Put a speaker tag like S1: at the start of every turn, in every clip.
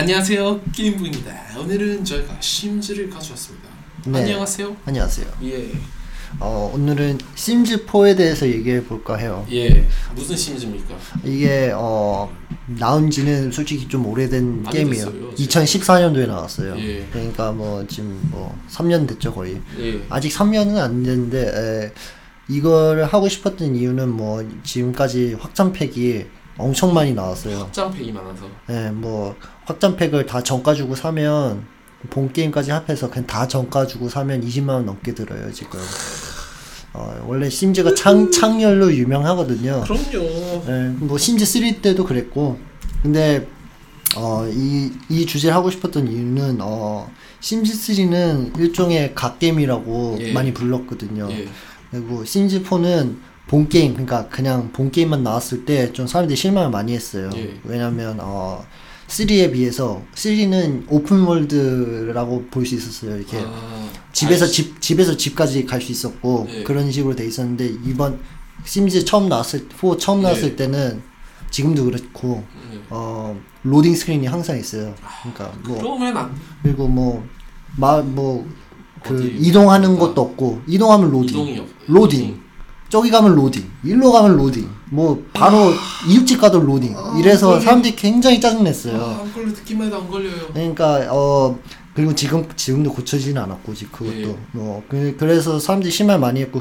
S1: 안녕하세요 게임부입니다 오늘은 저희가 심즈를 가져왔습니다
S2: 네.
S1: 안녕하세요
S2: 안녕하세요.
S1: 예예
S2: 어, 오늘은 심즈 4에 대해서 얘기해 볼까 해요.
S1: 예. 무슨 심즈입니까
S2: 이게 어, 나온 지는 솔직히 좀 오래된
S1: 많이
S2: 게임이에요.
S1: 됐어요, 지금.
S2: 2014년도에 나왔어요.
S1: 예.
S2: 그러니까 뭐 지금 뭐 3년 됐죠, 거의.
S1: 예
S2: 아직 3년은 안 됐는데 에, 이걸 하고 싶었던 이유는 뭐 지금까지 확장팩이 엄청 많이 나왔어요.
S1: 확장팩이 많아서
S2: 예, 뭐 확장팩을 다 정가 주고 사면 본 게임까지 합해서 그냥 다 정가 주고 사면 20만 원 넘게 들어요 지금. 어, 원래 심즈가 창 창렬로 유명하거든요.
S1: 그럼요
S2: 예, 뭐 심즈 3 때도 그랬고, 근데 어이이 주제를 하고 싶었던 이유는 어 심즈 3는 일종의 갓 게임이라고
S1: 예.
S2: 많이 불렀거든요.
S1: 예
S2: 그리고 심즈 4는 본 게임 그러니까 그냥 본 게임만 나왔을 때 좀 사람들이 실망을 많이 했어요.
S1: 예.
S2: 왜냐면 어 3에 비해서 3는 오픈월드라고 볼 수 있었어요. 이렇게
S1: 아,
S2: 집에서
S1: 아이씨.
S2: 집 집에서 집까지 갈 수 있었고
S1: 예.
S2: 그런 식으로 돼 있었는데 이번 심즈 처음 나왔을 4 처음 나왔을
S1: 예.
S2: 때는 지금도 그렇고
S1: 예.
S2: 어 로딩 스크린이 항상 있어요. 그러니까 뭐
S1: 아, 그러면 안
S2: 그리고 뭐 뭐마뭐 그
S1: 어디
S2: 이동하는
S1: 있을까?
S2: 것도 없고 이동하면 로딩
S1: 이동이 없
S2: 로딩. 저기 가면 로딩, 일로 가면 로딩, 뭐 바로 이웃집 가도 로딩.
S1: 아,
S2: 이래서
S1: 그러네.
S2: 사람들이 굉장히 짜증냈어요.
S1: 아안 걸려 듣기만 해도 안 걸려요
S2: 그러니까 어 그리고 지금 지금도 고쳐지는 않았고 지금
S1: 예.
S2: 그것도 뭐 그, 그래서 사람들이 실망 많이 했고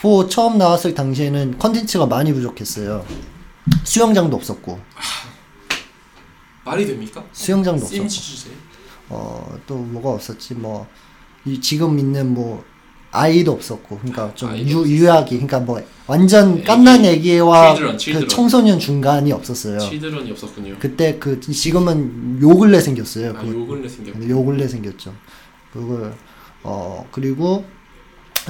S2: 그4 처음 나왔을 당시에는 컨텐츠가 많이 부족했어요. 수영장도 없었고
S1: 말이 됩니까
S2: 수영장도 없었고
S1: 심즈 주제
S2: 어또 뭐가 없었지 뭐 이, 지금 있는 뭐 아이도 없었고 그러니까 좀
S1: 아이도
S2: 유, 유아기 그러니까 뭐 완전
S1: 애기.
S2: 깐난 애기와
S1: Children,
S2: 그
S1: children.
S2: 청소년 중간이 없었어요.
S1: 치드런이 없었군요
S2: 그때 그 지금은 요 근래 생겼어요.
S1: 아
S2: 그-
S1: 욕을 내 생겼
S2: 근데 요 근래 생겼죠. 그걸 어 그리고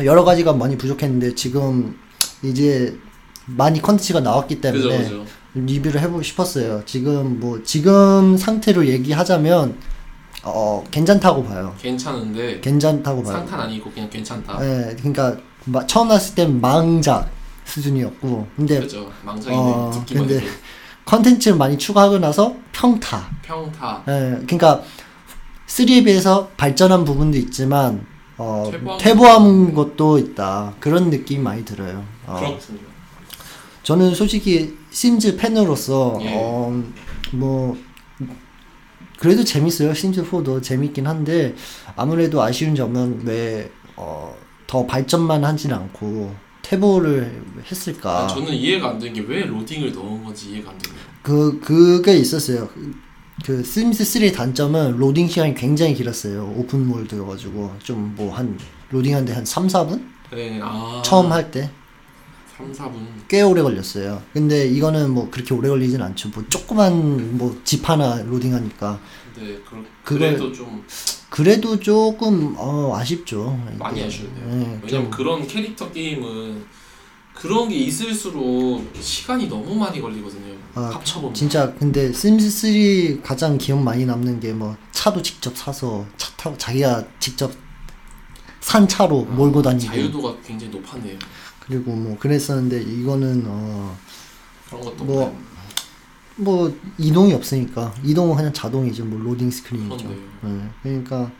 S2: 여러 가지가 많이 부족했는데 지금 이제 많이 컨텐츠가 나왔기
S1: 그죠
S2: 때문에
S1: 그죠
S2: 리뷰를 해보고 싶었어요. 지금 뭐 지금 상태로 얘기하자면 어 괜찮다고 봐요.
S1: 괜찮은데
S2: 괜찮다고 봐요.
S1: 상탄 아니고 그냥 괜찮다
S2: 예, 그러니까 마- 처음 나왔을 땐 망작 수준이었고, 근데
S1: 그죠 망상인데
S2: 네. 어,
S1: 듣기만
S2: 근데-
S1: 해도
S2: 컨텐츠를 많이 추가하고 나서 평타.
S1: 평타
S2: 예, 그러니까 3에 비해서 발전한 부분도 있지만 어,
S1: 퇴보한
S2: 퇴보한 것도 있다. 그런 느낌이 많이 들어요. 어,
S1: 그렇습니다
S2: 저는 솔직히 심즈 팬으로서
S1: 예.
S2: 어, 뭐 그래도 재밌어요. 심즈 4도 재밌긴 한데 아무래도 아쉬운 점은 왜 어, 더 발전만 하진 않고 퇴보를 했을까?
S1: 아, 저는 이해가 안 되는 게 왜 로딩을 넣은 건지 이해가 안 되네요.
S2: 그 그게 있었어요. 그- 그 스미스 3의 단점은 로딩 시간이 굉장히 길었어요. 오픈 월드여 가지고 좀 뭐 한 로딩하는데 한 3, 4분?
S1: 네, 아,
S2: 처음 할 때
S1: 3,
S2: 꽤
S1: 4분.
S2: 오래 걸렸어요. 근데 이거는 뭐 그렇게 오래 걸리진 않죠. 뭐 조그만 뭐 집 하나 로딩하니까
S1: 네, 그러,
S2: 그걸-
S1: 그래도 좀
S2: 그래도 조금 어 아쉽죠.
S1: 많이
S2: 이게.
S1: 아쉬운데요.
S2: 네,
S1: 왜냐면
S2: 좀
S1: 그런 캐릭터 게임은 그런 게 있을수록 시간이 너무 많이 걸리거든요.
S2: 아,
S1: 합쳐보면.
S2: 진짜 근데 스미스 3 가장 기억 많이 남는 게 뭐 차도 직접 사서 차 타고 자기가 직접 산 차로
S1: 아,
S2: 몰고 다니고
S1: 자유도가 굉장히 높았네요.
S2: 그리고 뭐 그랬었는데 이거는 어,
S1: 그런 것도
S2: 뭐,
S1: 없고.
S2: 어 뭐 이동이 없으니까 이동은 그냥 자동이죠 뭐 로딩 스크린이죠.
S1: 그렇네요.
S2: 예, 그러니까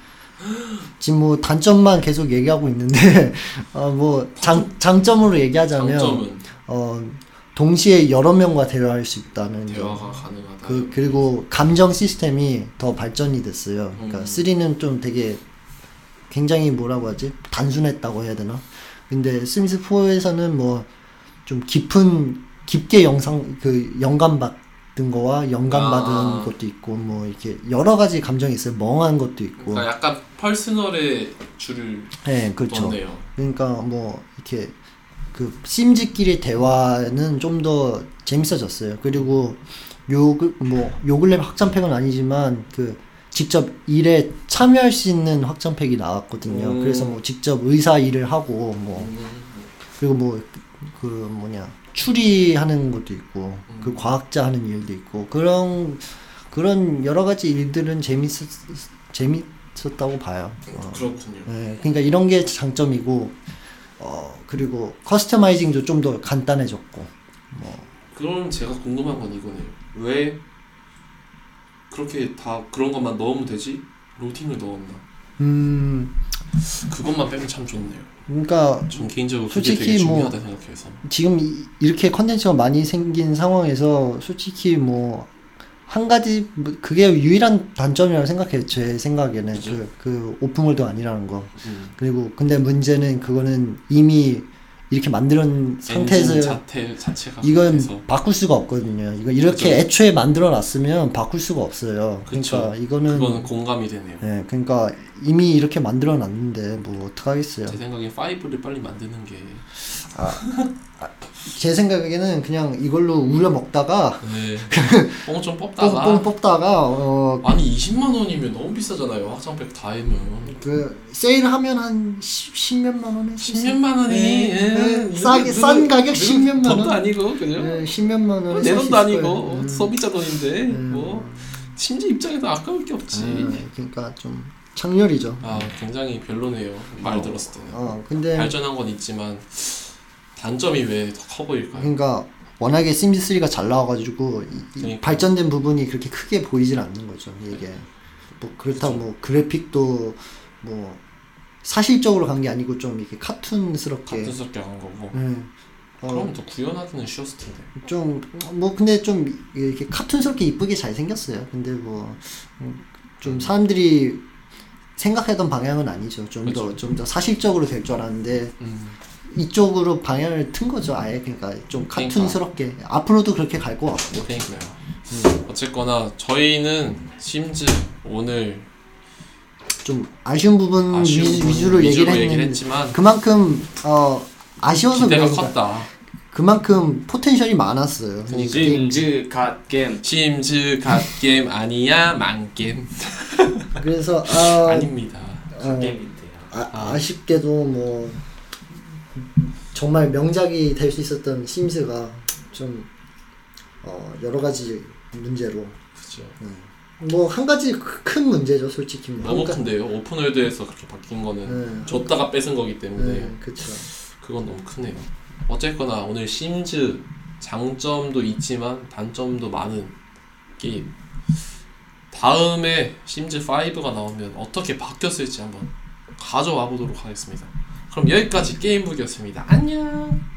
S2: 지금 뭐 단점만 계속 얘기하고 있는데 어, 어뭐장 장점으로 얘기하자면
S1: 장점은
S2: 어 동시에 여러 명과 대화할 수 있다는 점.
S1: 대화가 가능하다.
S2: 그 그리고 감정 시스템이 더 발전이 됐어요. 그러니까
S1: 음.
S2: 3는 좀 되게 굉장히 뭐라고 하지 단순했다고 해야 되나? 근데 스미스 4에서는 뭐 좀 깊은 깊게 영상 그 영감 받은 거와 영감 받은
S1: 아.
S2: 것도 있고 뭐 이렇게 여러 가지 감정이 있어요. 멍한 것도 있고.
S1: 그러니까 약간 펄스널의 줄을
S2: 네, 뭐 그렇죠.
S1: 뒀네요.
S2: 그러니까 뭐 이렇게 그 심지끼리 대화는 좀 더 재밌어졌어요. 그리고 요뭐요 근래 확장팩은 아니지만 그 직접 일에 참여할 수 있는 확장팩이 나왔거든요.
S1: 음.
S2: 그래서 뭐 직접 의사 일을 하고 뭐
S1: 음,
S2: 그리고 뭐 그 뭐냐 추리하는 것도 있고
S1: 음.
S2: 그 과학자 하는 일도 있고 그런 그런 여러 가지 일들은 재밌었 재밌었다고 봐요. 어.
S1: 그렇군요.
S2: 네, 그러니까 이런 게 장점이고 어 그리고 커스터마이징도 좀 더 간단해졌고 뭐
S1: 그럼 제가 궁금한 건 이거네요. 왜 그렇게 다 그런 것만 넣으면 되지 로딩을 넣었나
S2: 음,
S1: 그것만 빼면 참 좋네요
S2: 그러니까
S1: 전 개인적으로 그게
S2: 솔직히
S1: 되게
S2: 뭐-
S1: 중요하다 생각해서
S2: 지금 이- 이렇게 컨텐츠가 많이 생긴 상황에서 솔직히 뭐 한 가지 뭐 그게 유일한 단점이라고 생각해요. 제 생각에는
S1: 그죠.
S2: 그, 그 오픈월드 아니라는 거.
S1: 음.
S2: 그리고 근데 문제는 그거는 이미 이렇게 만든
S1: 엔진
S2: 상태에서
S1: 자태, 자체가
S2: 이건
S1: 그래서
S2: 바꿀 수가 없거든요. 이거 이렇게
S1: 그죠.
S2: 애초에 만들어 놨으면 바꿀 수가 없어요.
S1: 그쵸.
S2: 그러니까 이거는
S1: 그거는 공감이 되네요
S2: 예, 그러니까 이미 이렇게 만들어 놨는데 뭐 어떡하겠어요.
S1: 제 생각엔 5를 빨리 만드는 게
S2: 제 생각에는 그냥 이걸로 우려 먹다가
S1: 뻥좀 뽑다가
S2: 뽕뽕 뽑다가 어,
S1: 아니 20만 원이면 너무 비싸잖아요 확장팩 다 하면
S2: 그 세일하면 한 10, 몇만 원에
S1: 10몇만 원이
S2: 네,
S1: 예,
S2: 네,
S1: 이거
S2: 싸게
S1: 누구-
S2: 싼 가격
S1: 누구
S2: 10몇만 원.
S1: 돈도 아니고 그죠?
S2: 예, 10몇만 원에
S1: 뭐 내
S2: 살수
S1: 돈도
S2: 있을
S1: 아니고
S2: 거예요. 음.
S1: 소비자 돈인데
S2: 음.
S1: 뭐 심지 입장에서 아까울 게 없지
S2: 예, 그러니까 좀 창렬이죠.
S1: 아 굉장히 별로네요 말 들었을 때는
S2: 어 근데
S1: 발전한 건 있지만 단점이 왜 더 커 보일까요?
S2: 그러니까 워낙에 심즈 3가 잘 나와가지고 이- 이
S1: 그러니까.
S2: 발전된 부분이 그렇게 크게 보이질 않는 거죠. 이게 뭐 그렇다고
S1: 네. 그죠.
S2: 뭐 그래픽도 뭐 사실적으로 간 게 아니고 좀 이렇게 카툰스럽게.
S1: 같은스럽게 한 거고
S2: 음. 어,
S1: 그럼 더 구현하기는 쉬웠을 텐데
S2: 좀 뭐 근데 좀 이렇게 카툰스럽게 이쁘게 잘 생겼어요. 근데 뭐 좀 사람들이 생각했던 방향은 아니죠. 좀 더 좀 더
S1: 그죠.
S2: 사실적으로 될 줄 알았는데
S1: 음,
S2: 이쪽으로 방향을 튼 거죠. 아예 그러니까 좀
S1: 그러니까.
S2: 카툰스럽게 앞으로도 그렇게 갈 것 같고.
S1: 뭐 그러니까요
S2: 음.
S1: 어쨌거나 저희는 심지 오늘
S2: 좀 아쉬운 부분
S1: 아쉬운
S2: 위,
S1: 부분
S2: 주로 음, 얘기를 했는데
S1: 했지만
S2: 그만큼 어 아쉬워서
S1: 기대가
S2: 그런 거
S1: 컸다
S2: 그만큼 포텐셜이 많았어요.
S1: 그러니까.
S2: 이게-
S3: 진즈 갓겜
S1: 심즈 갓겜 아니야 망겜
S2: 그래서 아,
S1: 아닙니다
S2: 어,
S3: 갓겜인데요.
S2: 아, 아쉽게도 뭐 정말 명작이 될 수 있었던 심즈가 좀 어, 여러 가지 문제로
S1: 그죠
S2: 뭐 한 가지 크- 큰 문제죠 솔직히 뭐.
S1: 너무
S2: 한 가-
S1: 큰데요 오픈월드에서 그렇게 바뀐 거는
S2: 네.
S1: 줬다가 뺏은 거기 때문에
S2: 네, 그쵸.
S1: 그건 너무 크네요 어쨌거나 오늘 심즈 장점도 있지만 단점도 많은 게임 다음에 심즈5가 나오면 어떻게 바뀌었을지 한번 가져와 보도록 하겠습니다 그럼 여기까지 게임북이었습니다 안녕